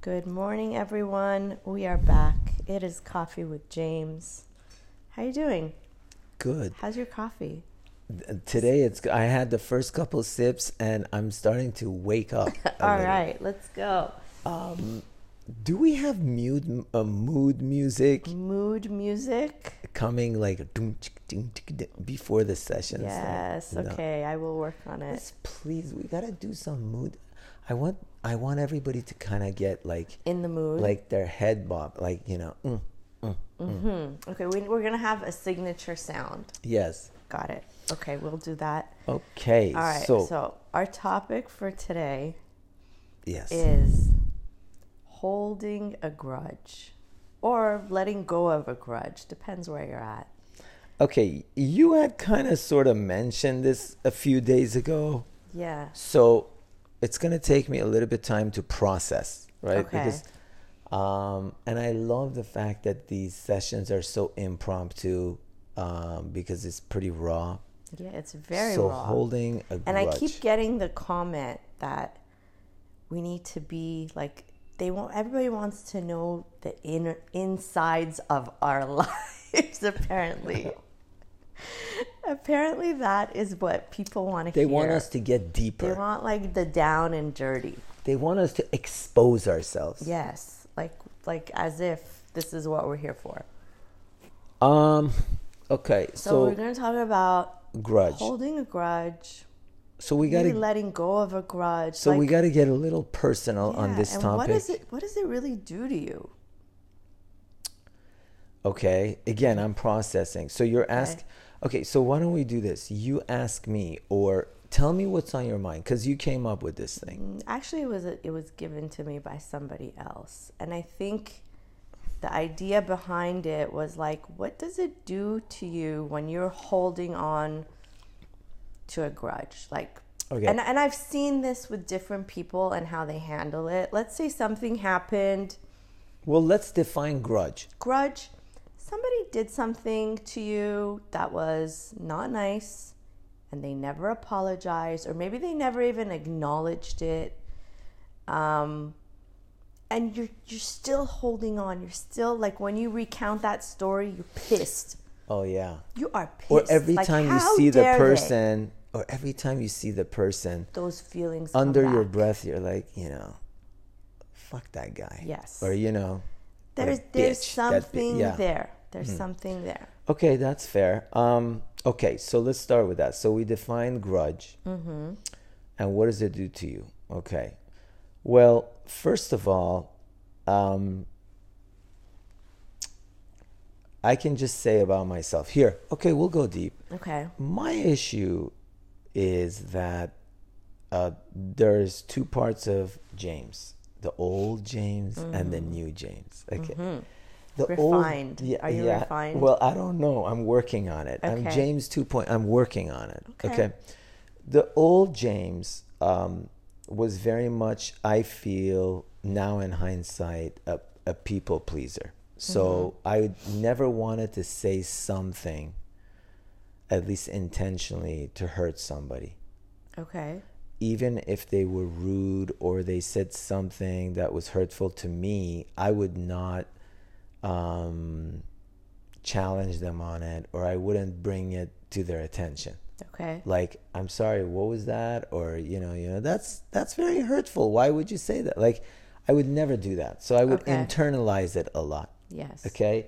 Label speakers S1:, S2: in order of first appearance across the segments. S1: Good morning, everyone. We are back. It is coffee with James. How you doing?
S2: Good.
S1: How's your coffee?
S2: Th- Today it's I had the first couple sips and I'm starting to wake up. a
S1: All
S2: little.
S1: right, let's go.
S2: Do we have mood uh, mood music
S1: Mood music.
S2: coming like doom, chick, ding, tick, ding, before the session?
S1: Yes.
S2: uh, No.
S1: Okay, I will work on it.
S2: Yes, please. We gotta do some mood. I want I want everybody to kind of get like
S1: In the mood.
S2: like their head bob, like you know. Mm,
S1: Mm-hmm. okay, we, we're gonna have a signature sound.
S2: yes.
S1: Got it. Okay, we'll do that.
S2: Okay.
S1: All right.
S2: So,
S1: so our topic for today
S2: yes.
S1: is holding a grudge or letting go of a grudge. Depends where you're at.
S2: Okay, you had kind of sort of mentioned this a few days ago.
S1: Yeah.
S2: So it's going to take me a little bit time to process, right?
S1: Okay.
S2: Because um and I love the fact that these sessions are so impromptu um because it's pretty raw.
S1: Yeah, it's very
S2: so
S1: raw.
S2: holding a
S1: and
S2: grudge.
S1: I keep getting the comment that we need to be like they want everybody wants to know the inner insides of our lives apparently. apparently that is what people want to
S2: they
S1: hear.
S2: want us to get deeper.
S1: they want like the down and dirty.
S2: they want us to expose ourselves.
S1: Yes, like like as if this is what we're here for.
S2: Um okay,
S1: So,
S2: so,
S1: we're going to talk about
S2: grudge.
S1: holding a grudge,
S2: so we got
S1: maybe
S2: to
S1: letting go of a grudge.
S2: so we
S1: like-
S2: got to get a little personal on
S1: Yeah,
S2: this
S1: and
S2: topic.
S1: What does it What does it really do to you?
S2: Okay. Again, I'm processing. So you're ask. Okay. So why don't we do this? You ask me, or tell me what's on your mind, because you came up with this thing.
S1: Actually, it was it was given to me by somebody else, and I think the idea behind it was like, what does it do to you when you're holding on to a grudge, like.
S2: Okay.
S1: And, and I've seen this with different people and how they handle it. Let's say something happened,
S2: Well, let's define grudge.
S1: grudge. Somebody did something to you that was not nice and they never apologized, or maybe they never even acknowledged it. Um, and you're you're still holding on. You're still like when you recount that story, you're pissed.
S2: Oh yeah.
S1: You are pissed.
S2: Or every
S1: Like,
S2: time you
S1: how
S2: see the
S1: dare they?
S2: person, or every time you see the person
S1: those feelings come
S2: under your
S1: back.
S2: breath, you're like, you know, fuck that guy.
S1: Yes.
S2: Or you know. what a
S1: There's there's
S2: bitch, that bi-
S1: something
S2: yeah. Hmm.
S1: there. There's something there.
S2: Okay, that's fair. Um, okay, so let's start with that. So we define grudge, and what does it do to you? Okay, well, first of all, um, I can just say about myself here. Okay, we'll go deep.
S1: Okay.
S2: My issue is that uh, there's two parts of James: the old James and the new James. Okay. The
S1: Mm-hmm. Refined. Are you refined?
S2: Well, I don't know. I'm working on it. I'm
S1: Okay.
S2: James 2.0. I'm working on it.
S1: Okay.
S2: Okay. The old James um, was very much, I feel now in hindsight, a, a people pleaser. So I never wanted to say something, at least intentionally, to hurt somebody
S1: Okay.
S2: even if they were rude or they said something that was hurtful to me, I would not um, challenge them on it or I wouldn't bring it to their attention.
S1: Okay.
S2: Like, I'm sorry, what was that? Or you know, you know, that's that's very hurtful. Why would you say that? Like, I would never do that. So I would
S1: Okay.
S2: internalize it a lot.
S1: Yes.
S2: Okay.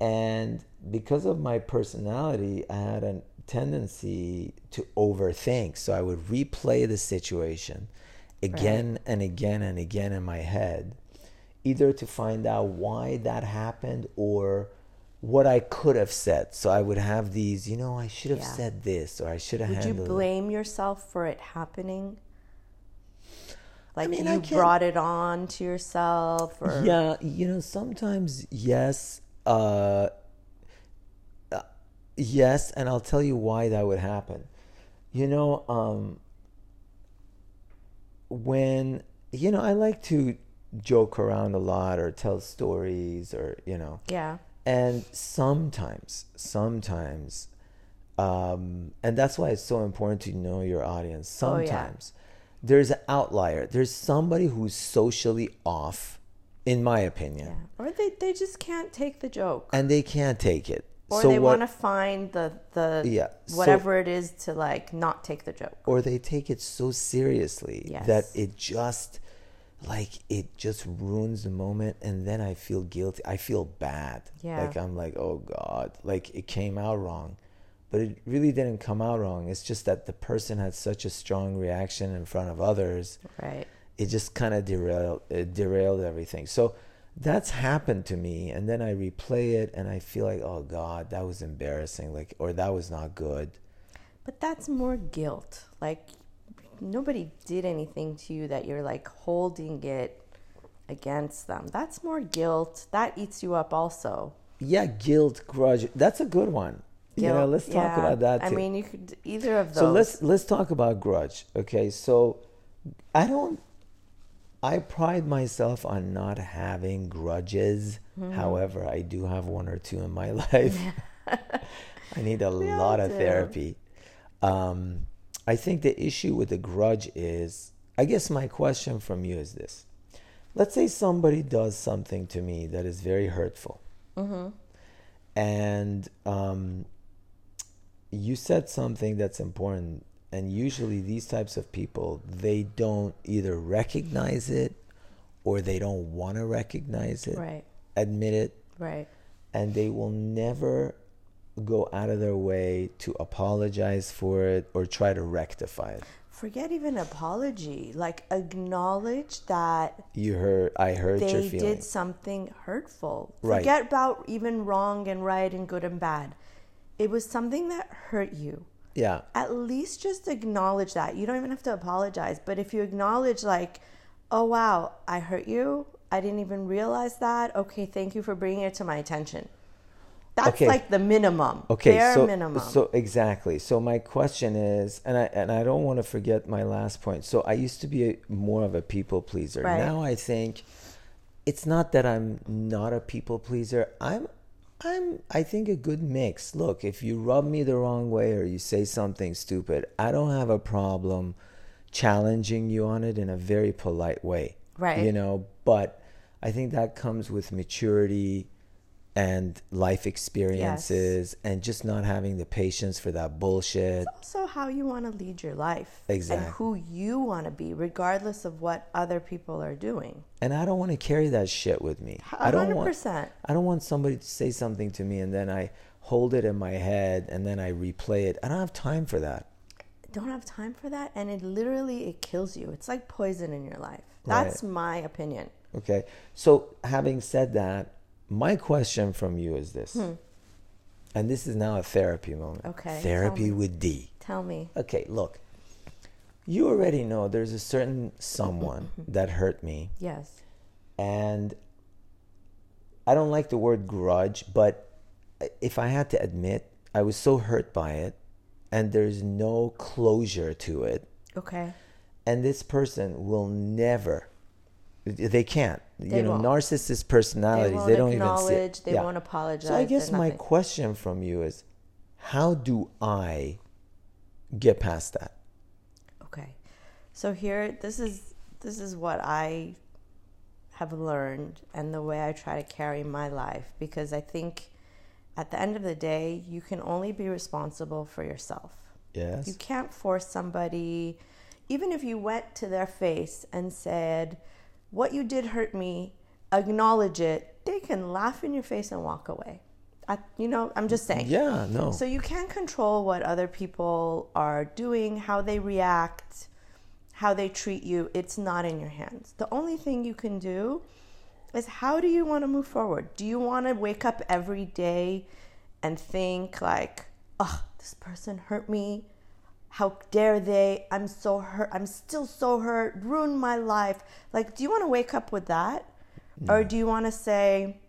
S2: And because of my personality, I had a tendency to overthink. So I would replay the situation again and again and again in my head, either to find out why that happened or what I could have said. So I would have these, you know, I should have
S1: Yeah.
S2: said this or I should have
S1: Would you
S2: handled it.
S1: blame yourself for it happening? Like
S2: mean,
S1: you
S2: I can't-
S1: brought it on to yourself, or
S2: Yeah, you know, sometimes yes, uh, uh, yes, and I'll tell you why that would happen. You know, um, when you know, I like to joke around a lot or tell stories or you know,
S1: yeah,
S2: and sometimes, sometimes, um, and that's why it's so important to know your audience.
S1: Oh, yeah.
S2: Sometimes there's an outlier. There's somebody who's socially off in my opinion.
S1: Yeah. Or they, they just can't take the joke.
S2: And they can't take it.
S1: Or
S2: so
S1: they want
S2: what,
S1: to find the, the
S2: Yeah, so-
S1: whatever it is to like not take the joke.
S2: or they take it so seriously
S1: Yes.
S2: that it just like it just ruins the moment and then i feel guilty i feel bad
S1: Yeah.
S2: like i'm like oh god like it came out wrong but it really didn't come out wrong it's just that the person had such a strong reaction in front of others
S1: Right.
S2: it just kind of derailed it derailed everything so that's happened to me and then i replay it and i feel like oh god that was embarrassing like or that was not good
S1: But that's more guilt. Like nobody did anything to you that you're like holding it against them. That's more guilt. That eats you up also.
S2: Yeah, guilt, grudge. That's a good one. you know,
S1: Guilt,
S2: let's talk
S1: yeah.
S2: about that too.
S1: I mean, you could either of those.
S2: so let's let's talk about grudge. Okay, so I don't. I pride myself on not having grudges.
S1: Mm-hmm.
S2: However, I do have one or two in my life. I need a
S1: all
S2: lot of
S1: do.
S2: therapy. Um, I think the issue with the grudge is. I guess my question from you is this: Let's say somebody does something to me that is very hurtful
S1: Mm-hmm.
S2: and um, you said something that's important and usually these types of people they don't either recognize it or they don't want to recognize it
S1: Right.
S2: admit it
S1: Right.
S2: and they will never go out of their way to apologize for it or try to rectify it
S1: Forget even apology. Like acknowledge that
S2: you heard i hurt your
S1: they did
S2: feelings
S1: something hurtful.
S2: Right.
S1: Forget about even wrong and right and good and bad. It was something that hurt you.
S2: yeah
S1: At least just acknowledge that. You don't even have to apologize, but if you acknowledge like, "Oh wow, I hurt you. I didn't even realize that. Okay, thank you for bringing it to my attention." That's
S2: Okay.
S1: like the minimum.
S2: Okay,
S1: bare
S2: so
S1: minimum.
S2: so exactly. So my question is, and I and I don't want to forget my last point. So I used to be a, more of a people pleaser.
S1: Right.
S2: Now I think it's not that I'm not a people pleaser. I'm I'm I think a good mix. Look, if you rub me the wrong way or you say something stupid, I don't have a problem challenging you on it in a very polite way.
S1: Right.
S2: You know, but I think that comes with maturity and life experiences and just not having the patience for that bullshit.
S1: also how you want to lead your life
S2: Exactly.
S1: and who you want to be regardless of what other people are doing
S2: And I don't want to carry that shit with me. I don't want
S1: 100%.
S2: I don't want somebody to say something to me and then I hold it in my head and then I replay it. I don't have time for that.
S1: don't have time for that and it literally it kills you it's like poison in your life
S2: Right.
S1: that's my opinion
S2: Okay. So, having said that, my question from you is this. And this is now a therapy moment.
S1: Hmm. Okay,
S2: Therapy
S1: tell me.
S2: with D.
S1: tell me
S2: Okay, look. You already know there's a certain someone that hurt me.
S1: yes
S2: and I don't like the word grudge, but if I had to admit, I was so hurt by it, and there's no closure to it,
S1: okay
S2: and this person will never, they can't. you know,
S1: won't.
S2: narcissist
S1: they
S2: personalities,
S1: won't
S2: they, don't even see.
S1: acknowledge
S2: It.
S1: they
S2: Yeah.
S1: won't apologize
S2: So I guess
S1: they're
S2: my
S1: nothing.
S2: question from you is, how do I get past that?
S1: Okay. So here this is this is what I have learned and the way I try to carry my life because I think at the end of the day you can only be responsible for yourself.
S2: Yes.
S1: You can't force somebody even if you went to their face and said what you did hurt me, acknowledge it, they can laugh in your face and walk away. I, you know, I'm just saying.
S2: Yeah. No.
S1: So you can't control what other people are doing, how they react, how they treat you. It's not in your hands. The only thing you can do is how do you want to move forward? Do you want to wake up every day and think like, "Oh, this person hurt me. How dare they? I'm so hurt. I'm still so hurt. Ruined my life." Like, do you want to wake up with that? Or do you want to say,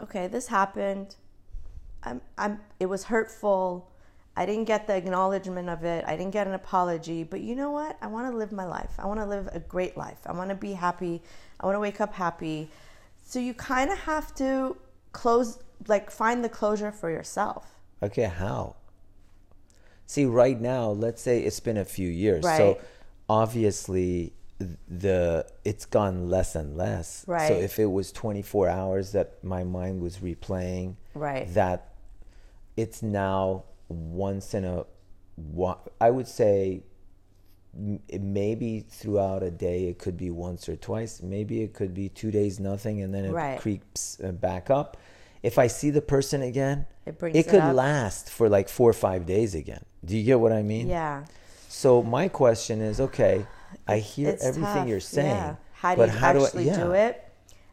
S1: "Okay, this happened. I'm, I'm, it was hurtful. I didn't get the acknowledgement of it. I didn't get an apology. But you know what? I want to live my life. I want to live a great life. I want to be happy. I want to wake up happy. So you kind of have to close, like, find the closure for yourself.
S2: Okay, how? See, right now, let's say it's been a few years. So
S1: Right.
S2: obviously, the it's gone less and less.
S1: Right.
S2: So if it was 24 hours that my mind was replaying,
S1: Right.
S2: that it's now once in a wa- I would say m- maybe throughout a day it could be once or twice maybe it could be two days nothing and then it
S1: Right.
S2: creeps uh, back up if i see the person again
S1: It brings it
S2: could
S1: up.
S2: last for like four or five days again do you get what i mean
S1: yeah.
S2: so my question is okay i hear
S1: It's
S2: everything
S1: tough,
S2: you're saying
S1: yeah. How do
S2: but
S1: you
S2: how
S1: actually
S2: do,
S1: do,
S2: I, yeah.
S1: it?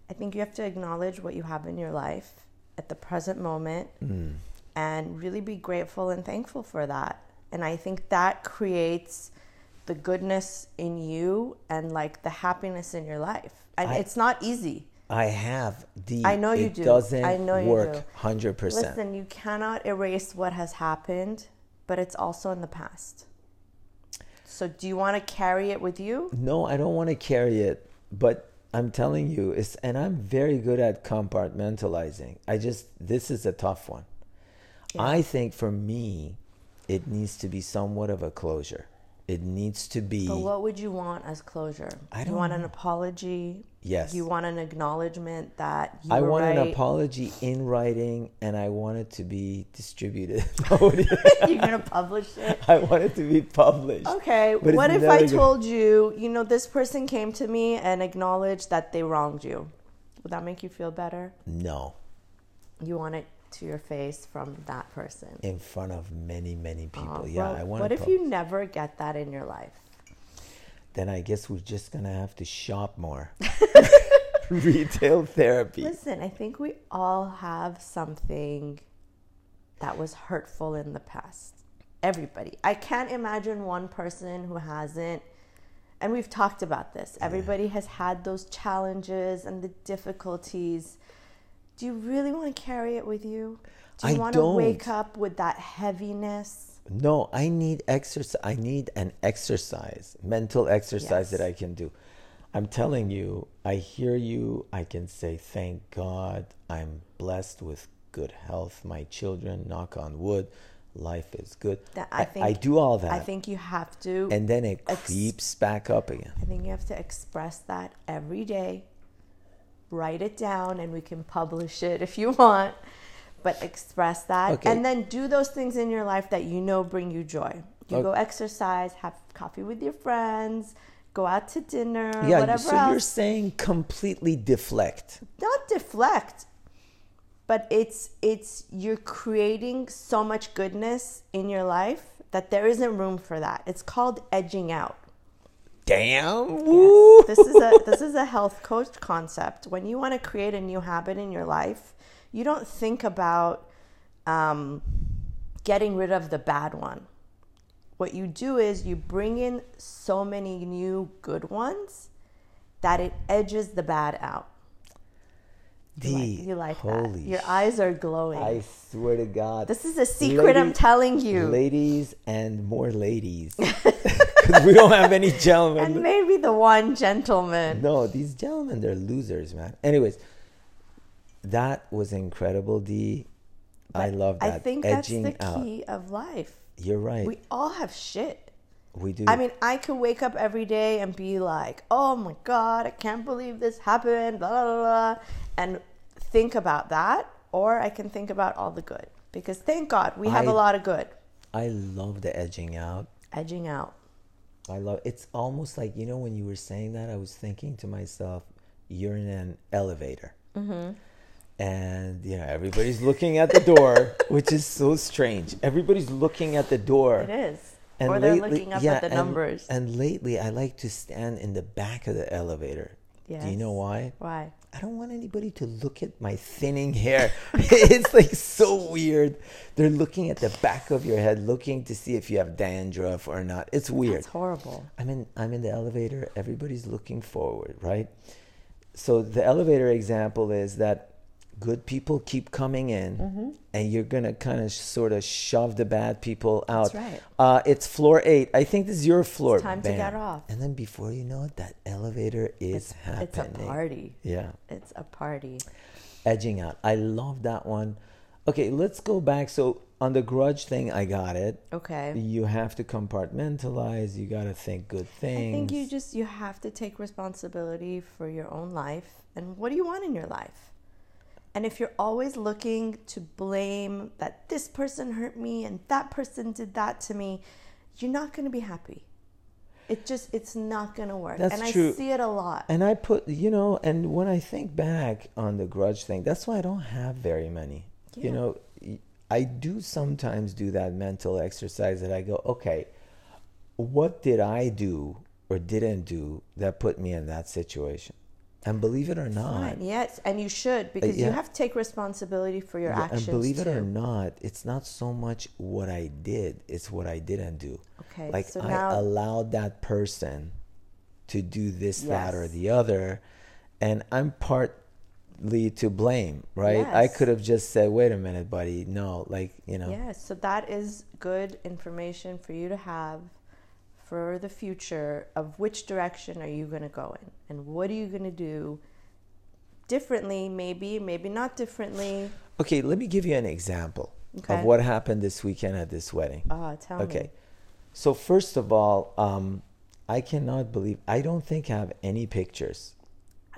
S1: I think you have to acknowledge what you have in your life at the present moment
S2: Mm.
S1: and really be grateful and thankful for that. And I think that creates the goodness in you and like the happiness in your life. And
S2: I-
S1: it's not easy.
S2: i have the
S1: I know you
S2: it
S1: do.
S2: doesn't
S1: I know you
S2: work
S1: do.
S2: 100%
S1: Listen, you cannot erase what has happened, but it's also in the past. So do you want to carry it with you?
S2: no, I don't want to carry it, but I'm telling you, it's and I'm very good at compartmentalizing. I just this is a tough one. I think for me, it needs to be somewhat of a closure. It needs to be
S1: But what would you want as closure?
S2: I
S1: you
S2: don't
S1: want
S2: know.
S1: an apology.
S2: Yes.
S1: You want an acknowledgement that you
S2: I
S1: were
S2: want
S1: right.
S2: an apology in writing and I want it to be distributed.
S1: You're gonna publish it.
S2: I want it to be published.
S1: Okay.
S2: But it's
S1: what if
S2: never
S1: I
S2: gonna-
S1: told you, you know, this person came to me and acknowledged that they wronged you? Would that make you feel better?
S2: No.
S1: You want it to your face from that person.
S2: In front of many, many people.
S1: Uh,
S2: yeah,
S1: well,
S2: I want
S1: What
S2: it
S1: if
S2: pub-
S1: you never get that in your life?
S2: then I guess we're just gonna have to shop more. Retail therapy.
S1: Listen, I think we all have something that was hurtful in the past. Everybody. I can't imagine one person who hasn't. And we've talked about this. Everybody has had those challenges and the difficulties. Do you really want to carry it with you? Do you
S2: I
S1: want to wake
S2: don't.
S1: up with that heaviness?
S2: No, I need exercise. I need an exercise, mental exercise that
S1: Yes.
S2: I can do. I'm telling you, I hear you. I can say, thank God I'm blessed with good health. My children, knock on wood, life is good.
S1: That I
S2: I
S1: think-
S2: do all that.
S1: I think you have to
S2: and then it
S1: Ex-
S2: creeps back up again.
S1: I think you have to express that every day. Write it down and we can publish it if you want. But express that
S2: Okay.
S1: and then do those things in your life that you know bring you joy. You
S2: Ok-
S1: go exercise, have coffee with your friends, go out to dinner,
S2: Yeah, you-
S1: whatever
S2: so you're
S1: else.
S2: saying completely deflect.
S1: Not deflect, but it's it's you're creating so much goodness in your life that there isn't room for that. It's called edging out.
S2: Damn. woo.
S1: Yes. This is a this is a health coach concept. When you want to create a new habit in your life, you don't think about um, getting rid of the bad one. What you do is you bring in so many new good ones that it edges the bad out. You like,
S2: D,
S1: you like
S2: holy
S1: that? Your
S2: sh-
S1: eyes are glowing.
S2: I swear to God.
S1: this is a secret I'm
S2: Lady-
S1: telling you.
S2: Ladies and more ladies. 'Cause we don't have any
S1: and
S2: gentlemen.
S1: maybe the one gentleman.
S2: No, these gentlemen, they're losers, man. Anyways, that was incredible, D. I love that.
S1: I think
S2: Edging
S1: that's the
S2: out.
S1: key of life.
S2: You're right.
S1: We
S2: We,
S1: all have shit.
S2: do.
S1: I mean, I could wake up every day and be like, oh my God, I can't believe this happened, blah, blah, blah, blah, and think about that. Or I can think about all the good. Because thank God we have a
S2: I-
S1: lot of good.
S2: I love the edging out.
S1: Edging out.
S2: I love it's almost like you know when you were saying that I was thinking to myself, you're in an elevator,
S1: Mm-hmm.
S2: and you know everybody's looking at the door, which is so strange. Everybody's looking at the door.
S1: It is. or they're looking up at the
S2: and-
S1: numbers.
S2: And lately, I like to stand in the back of the elevator. Do you know
S1: Yes.
S2: why?
S1: Why?
S2: I don't want anybody to look at my thinning hair. it's like so weird. They're looking at the back of your head, looking to see if you have dandruff or not. It's weird.
S1: It's horrible.
S2: I'm in I'm in the elevator, everybody's looking forward, right? So the elevator example is that good people keep coming in
S1: Mm-hmm.
S2: and you're gonna kind of sort of shove the bad people out.
S1: right.
S2: Uh, it's floor eight. I think this is your floor.
S1: time to get off.
S2: And then before you know it, that elevator
S1: It's
S2: is
S1: a
S2: happening.
S1: party.
S2: Yeah.
S1: It's a party.
S2: Edging out. I love that one. Okay, let's go back. So on the grudge thing, I got it.
S1: Okay.
S2: You have to compartmentalize. You got to think good
S1: I
S2: things.
S1: think you just you have to take responsibility for your own life and what do you want in your life? And if you're always looking to blame that this person hurt me and that person did that to me, you're not going to be happy. It just it's not going to work.
S2: That's
S1: and I
S2: true.
S1: see it a lot.
S2: and I put, you know, and when I think back on the grudge thing, that's why I don't have very many.
S1: Yeah.
S2: You know, y- I do sometimes do that mental exercise that I go, okay, what did I do or didn't do that put me in that situation? And believe it or not,
S1: Fine, yes, and you should because you
S2: yeah.
S1: have to take responsibility for your
S2: Yeah,
S1: actions.
S2: And believe it
S1: too.
S2: or not, it's not so much what I did, it's what I didn't do.
S1: Okay,
S2: Like
S1: so
S2: I
S1: now-
S2: allowed that person to do this, that, or
S1: Yes.
S2: the other, and I'm partly to blame, right? I
S1: Yes.
S2: could have just said, wait a minute, buddy, no, like, you know.
S1: Yeah, so that is good information for you to have for the future of which direction are you going to go in and what are you going to do differently maybe maybe not differently
S2: Okay, let me give you an example
S1: Okay.
S2: of what happened this weekend at this wedding.
S1: ah tell me
S2: Okay. So first of all, um, I cannot believe I don't think I have any pictures.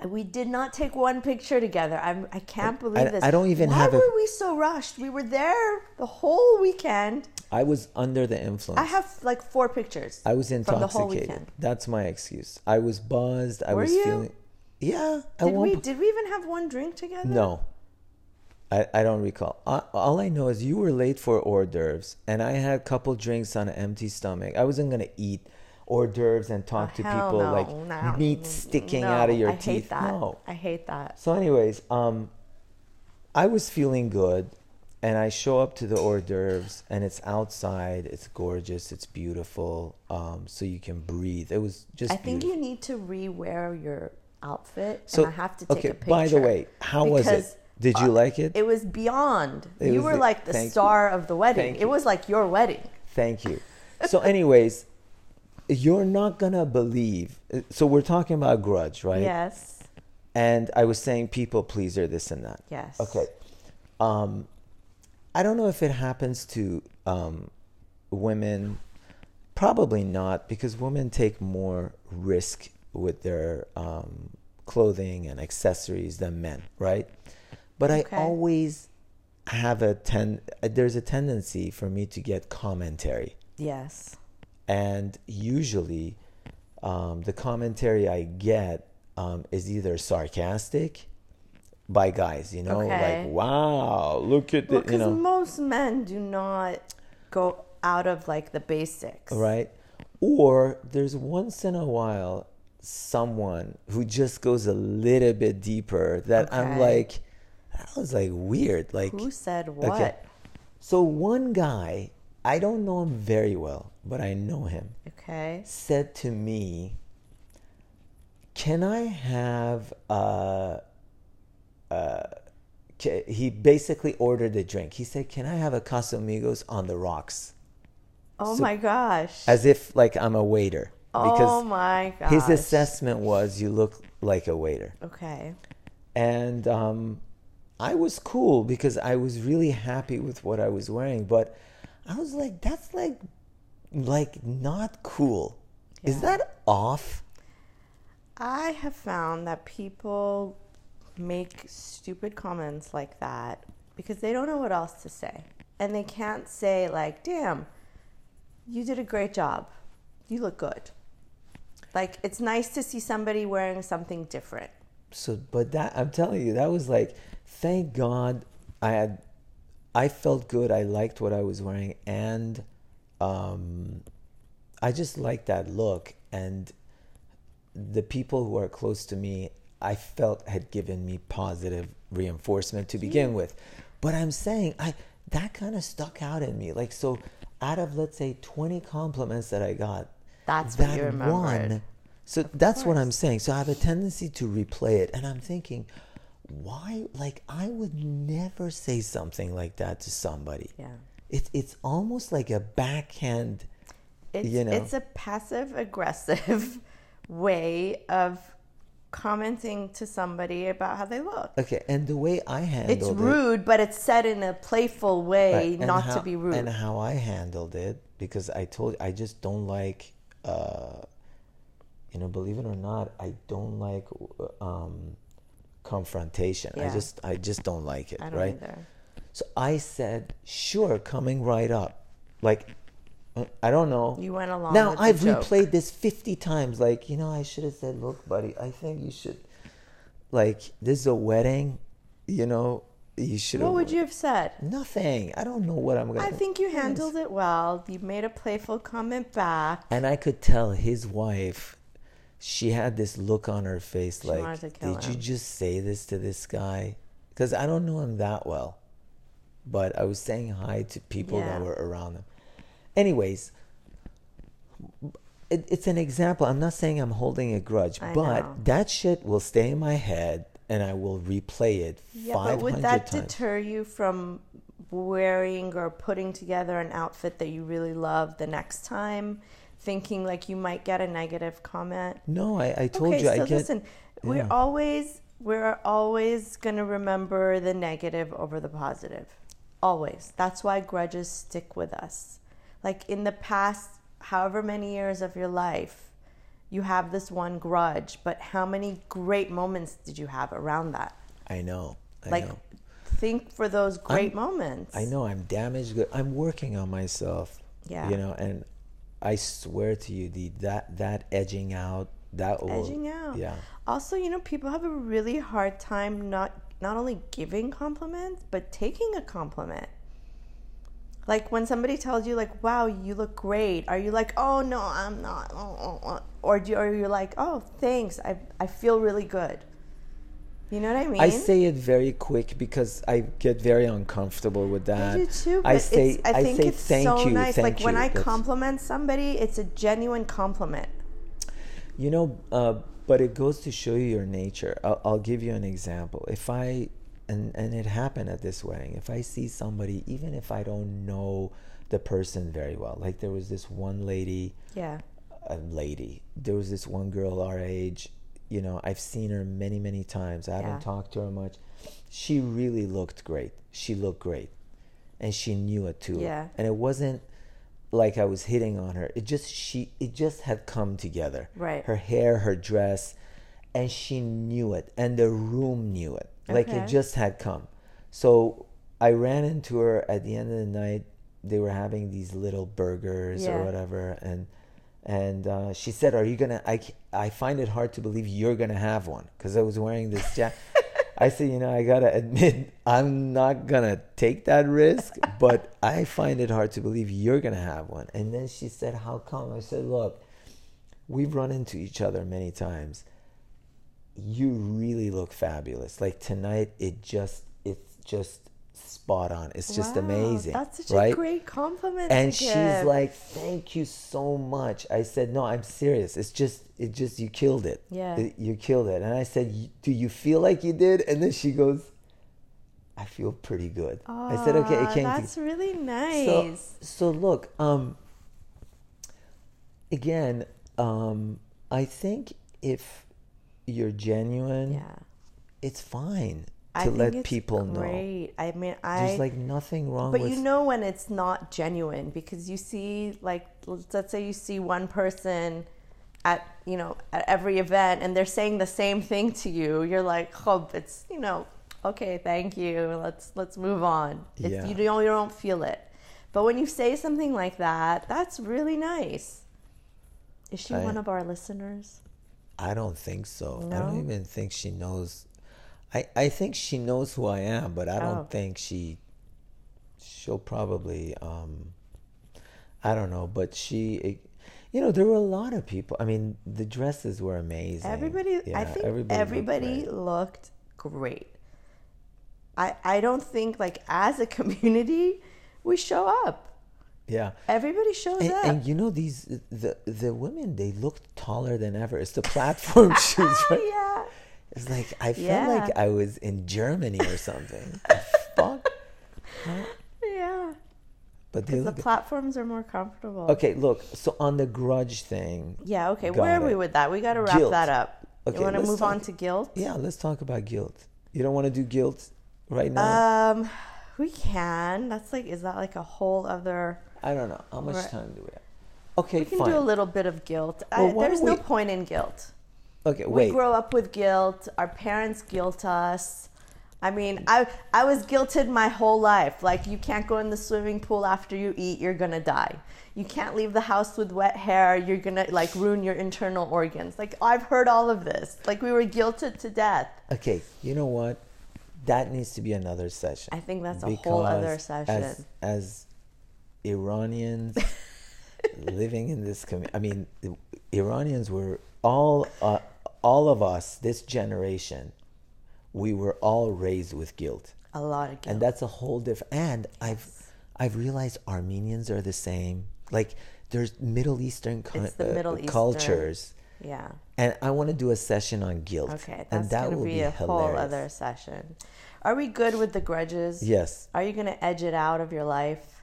S1: I- we did not take one picture together i'm i can't believe
S2: I-
S1: this
S2: I don't even
S1: why
S2: have a-
S1: were we so rushed we were there the whole weekend
S2: I was under the influence.
S1: i have like four pictures
S2: I was
S1: from
S2: intoxicated.
S1: the whole weekend
S2: That's my excuse. I was buzzed. I
S1: Were
S2: was
S1: you?
S2: feeling. Yeah. I
S1: did we did we even have one drink together
S2: No. I, I don't recall. A- All I know is you were late for hors d'oeuvres, and I had a couple drinks on an empty stomach. I wasn't gonna eat hors d'oeuvres and talk to
S1: Hell
S2: people
S1: no,
S2: like
S1: no,
S2: meat sticking
S1: no,
S2: out of your
S1: I
S2: teeth.
S1: hate that.
S2: No.
S1: I hate that.
S2: So, anyways, um, I was feeling good, and I show up to the hors d'oeuvres, and it's outside. It's gorgeous. It's beautiful. Um, so you can breathe. It was just.
S1: I think
S2: beautiful.
S1: you need to rewear your outfit,
S2: So
S1: and I have to take
S2: okay,
S1: a picture.
S2: By the way, how was
S1: because uh,
S2: it? Did you like it?
S1: It was beyond.
S2: It
S1: you
S2: was
S1: were
S2: the-
S1: like the
S2: thank you.
S1: star of the wedding.
S2: Thank
S1: It
S2: you.
S1: was like your wedding.
S2: Thank you. So, anyways, you're not gonna believe. So we're talking about grudge, right?
S1: Yes.
S2: And I was saying people pleaser, this and that.
S1: Yes.
S2: Okay. Um, I don't know if it happens to um, women. Probably not, because women take more risk with their um, clothing and accessories than men, right? But
S1: Okay.
S2: I always have a ten. There's a tendency for me to get commentary
S1: Yes.
S2: and usually um, the commentary I get um, is either sarcastic by guys, you know,
S1: Okay.
S2: like "Wow, look at
S1: Because
S2: the," you know,
S1: most men do not go out of like the basics.
S2: right? Or there's once in a while someone who just goes a little bit deeper that I'm
S1: Okay.
S2: like, that was like weird, like
S1: Who said what?
S2: Okay. So one guy, I don't know him very well, but I know him.
S1: okay.
S2: said to me, "Can I have uh uh ca- he basically ordered a drink. He said, "Can I have a Casamigos on the rocks?"
S1: Oh
S2: So-
S1: my gosh.
S2: As if like I'm a waiter
S1: oh
S2: because
S1: my gosh.
S2: his assessment was you look like a waiter.
S1: okay.
S2: And um I was cool because I was really happy with what I was wearing, but I was like that's like like not cool. Is
S1: Yeah.
S2: that off?
S1: I have found that people make stupid comments like that because they don't know what else to say. And they can't say, like, damn, you did a great job. You look good. Like, it's nice to see somebody wearing something different.
S2: so but that i'm telling you that was like thank god i had i felt good i liked what i was wearing and um i just liked that look and the people who are close to me i felt had given me positive reinforcement to begin with but i'm saying i that kind of stuck out in me like so out of let's say 20 compliments that i got
S1: That's what
S2: that
S1: you remembered.
S2: one. So that's what
S1: course.
S2: I'm saying. So I have a tendency to replay it, and I'm thinking, why? Like I would never say something like that to somebody.
S1: Yeah.
S2: It's it's almost like a backhand.
S1: It's,
S2: you know.
S1: it's a passive aggressive way of commenting to somebody about how they look.
S2: Okay, and the way I handled
S1: It's
S2: it,
S1: rude, but it's said in a playful way,
S2: Right, and
S1: not
S2: how-
S1: to be rude.
S2: And how I handled it because I told I just don't like, uh, you know, believe it or not, I don't like um, confrontation. I
S1: Yeah.
S2: just I just don't like it.
S1: I don't
S2: right.
S1: either.
S2: So I said, sure, coming right up. Like, uh, I don't know.
S1: You went along
S2: Now
S1: with the
S2: I've
S1: joke.
S2: replayed this 50 times. Like, you know, I should have said, look, buddy, I think you should. Like, this is a wedding. You know, you should
S1: What
S2: have.
S1: would you have said?
S2: Nothing. I don't know what I'm going to
S1: I think you handled it well. You made a playful comment back.
S2: And I could tell his wife, she had this look on her face like,
S1: wanted to kill
S2: did you
S1: him."
S2: just say this to this guy? Because I don't know him that well, but I was saying hi to people that
S1: Yeah.
S2: were around him. Anyways, it, it's an example. I'm not saying I'm holding a grudge,
S1: I
S2: but
S1: know.
S2: that shit will stay in my head and I will replay it
S1: Yeah,
S2: 500
S1: but would that
S2: times.
S1: deter you from wearing or putting together an outfit that you really love the next time, thinking like you might get a negative comment?
S2: no, I, I told
S1: okay,
S2: you. I
S1: so
S2: get,
S1: listen, we're
S2: yeah.
S1: always we're always gonna remember the negative over the positive. Always. That's why grudges stick with us. Like in the past however many years of your life, you have this one grudge, but how many great moments did you have around that?
S2: I know. I
S1: Like
S2: know.
S1: think for those great moments.
S2: I know I'm damaged. good. I'm working on myself.
S1: Yeah.
S2: You know, and I swear to you, the that that edging out, that will-
S1: edging out.
S2: Yeah.
S1: Also, you know, people have a really hard time not not only giving compliments but taking a compliment. Like when somebody tells you, like, "Wow, you look great," are you like, "Oh no, I'm not," oh, oh, oh," or do are you like, "Oh, thanks, I I feel really good." You know what I mean?
S2: I say it very quick because I get very uncomfortable with that.
S1: I do too. But
S2: I say
S1: it's, I, think
S2: say
S1: it's
S2: thank
S1: so
S2: you,
S1: nice.
S2: thank
S1: like when
S2: you.
S1: I
S2: That's-
S1: compliment somebody, it's a genuine compliment.
S2: You know, uh, but it goes to show you your nature. I'll, I'll give you an example. If I, and, and it happened at this wedding, if I see somebody, even if I don't know the person very well, like there was this one lady,
S1: Yeah.
S2: a lady, there was this one girl our age, you know, I've seen her many, many times. I
S1: Yeah.
S2: haven't talked to her much. She really looked great. She looked great. And she knew it too.
S1: Yeah.
S2: And it wasn't like I was hitting on her. It just she it just had come together.
S1: Right.
S2: Her hair, her dress, and she knew it. And the room knew it. Like
S1: Okay.
S2: it just had come. So I ran into her at the end of the night. They were having these little burgers
S1: Yeah.
S2: or whatever, and and uh, she said, "Are you gonna?" I c- I find it hard to believe you're gonna have one because I was wearing this jacket. I said, "You know, I gotta admit, I'm not gonna take that risk, but I find it hard to believe you're gonna have one." And then she said, "How come?" I said, "Look, we've run into each other many times. You really look fabulous. Like tonight, it just it's just spot on. It's just
S1: Wow,
S2: amazing.
S1: That's such
S2: right?
S1: a great compliment. to
S2: And she's
S1: give.
S2: like, "Thank you so much." I said, "No, I'm serious. It's just it just you killed it.
S1: Yeah.
S2: It- you killed it." And I said, "Y- "Do you feel like you did?" And then she goes, "I feel pretty good." I said, "Okay, it
S1: Aw,
S2: came to-
S1: That's really nice.
S2: so, so look, um, again, um, I think if you're genuine,
S1: yeah.
S2: it's fine
S1: I
S2: to
S1: think
S2: let
S1: it's
S2: people know.
S1: great. I mean, I.
S2: There's like nothing wrong
S1: but
S2: with
S1: you know when it's not genuine because you see, like, let's say you see one person at you know at every event and they're saying the same thing to you. You're like, oh, it's you know, okay, thank you. Let's let's move on. It's,
S2: Yeah.
S1: You don't you don't feel it. But when you say something like that, that's really nice. Is she
S2: I-
S1: one of our listeners?
S2: I don't think so. I don't
S1: No?
S2: even think she knows. I, I think she knows who I am, but I don't
S1: Oh.
S2: think she. She'll probably. Um, I don't know, but she. You know, there were a lot of people. I mean, the dresses were amazing.
S1: Everybody, I
S2: Yeah,
S1: think
S2: looked
S1: everybody,
S2: great.
S1: looked great. I I don't think like as a community, we show up.
S2: Yeah.
S1: Everybody shows
S2: And,
S1: up.
S2: and you know these the the women they looked taller than ever. It's the platform shoes,
S1: Ah,
S2: right?
S1: yeah,
S2: It's like I felt
S1: Yeah.
S2: like I was in Germany or something. Fuck.
S1: yeah.
S2: But they
S1: The
S2: look
S1: platforms are more comfortable.
S2: Okay, look. So on the grudge thing,
S1: Yeah. Okay.
S2: Got
S1: Where are we
S2: it.
S1: with that? We got to wrap
S2: Guilt.
S1: that up.
S2: Okay,
S1: you want to
S2: let's
S1: move
S2: talk-
S1: on to guilt?
S2: Yeah, let's talk about guilt. You don't want to do guilt right now.
S1: Um, we can. That's like, is that like a whole other?
S2: I don't know how much
S1: right.
S2: time do we have. Okay,
S1: We can
S2: fine.
S1: do a little bit of guilt. I-
S2: Well, why
S1: there's
S2: don't
S1: no
S2: we-
S1: point in guilt.
S2: okay,
S1: We
S2: wait.
S1: grow up with guilt. Our parents guilt us. I mean, I I was guilted my whole life. Like you can't go in the swimming pool after you eat, you're gonna die. You can't leave the house with wet hair, you're gonna like ruin your internal organs. Like I've heard all of this. Like we were guilted to death.
S2: Okay, you know what? That needs to be another session.
S1: I think that's a whole other
S2: Because
S1: session.
S2: As, as Iranians living in this community, I mean, the Iranians were all, uh, all of us, this generation, we were all raised with guilt.
S1: a lot of guilt.
S2: and that's a whole different and i've i've realized armenians are the same like there's middle eastern cu- uh,
S1: It's the Middle Eastern.
S2: cultures
S1: yeah.
S2: and i want to do a session on guilt
S1: Okay. That's
S2: and that
S1: gonna
S2: will
S1: be,
S2: be,
S1: a
S2: hilarious
S1: whole other session. Are we good with the grudges?
S2: yes
S1: Are you gonna edge it out of your life?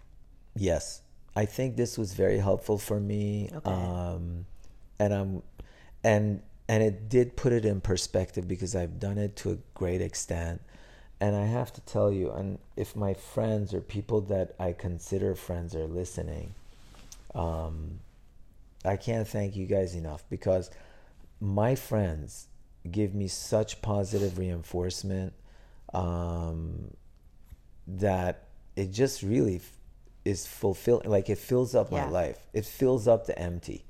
S2: yes i think this was very helpful for me
S1: Okay.
S2: um and i'm and and it did put it in perspective because i've done it to a great extent and i have to tell you and if my friends or people that i consider friends are listening I can't thank you guys enough because my friends give me such positive reinforcement um, that it just really f- is fulfilling. Like it fills up my
S1: Yeah.
S2: life. It fills up the empty,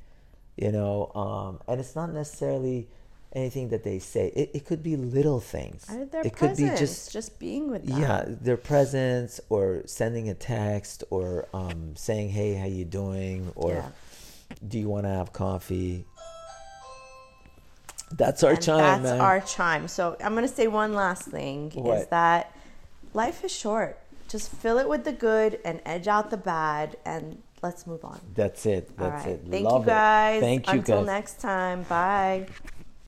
S2: you know. Um, and it's not necessarily anything that they say. It, it could be little things.
S1: Are there
S2: it could
S1: presence?
S2: be just
S1: just being with them.
S2: yeah their presence or sending a text or um, saying hey how you doing or
S1: Yeah.
S2: do you want to have coffee that's our
S1: And that's
S2: chime man
S1: our chime. So I'm gonna say one last thing is
S2: What?
S1: that life is short. Just fill it with the good and edge out the bad, and let's move on.
S2: that's it
S1: All
S2: that's
S1: right.
S2: it
S1: Thank
S2: Love
S1: you
S2: it.
S1: guys.
S2: thank you
S1: Until
S2: guys
S1: next time. Bye.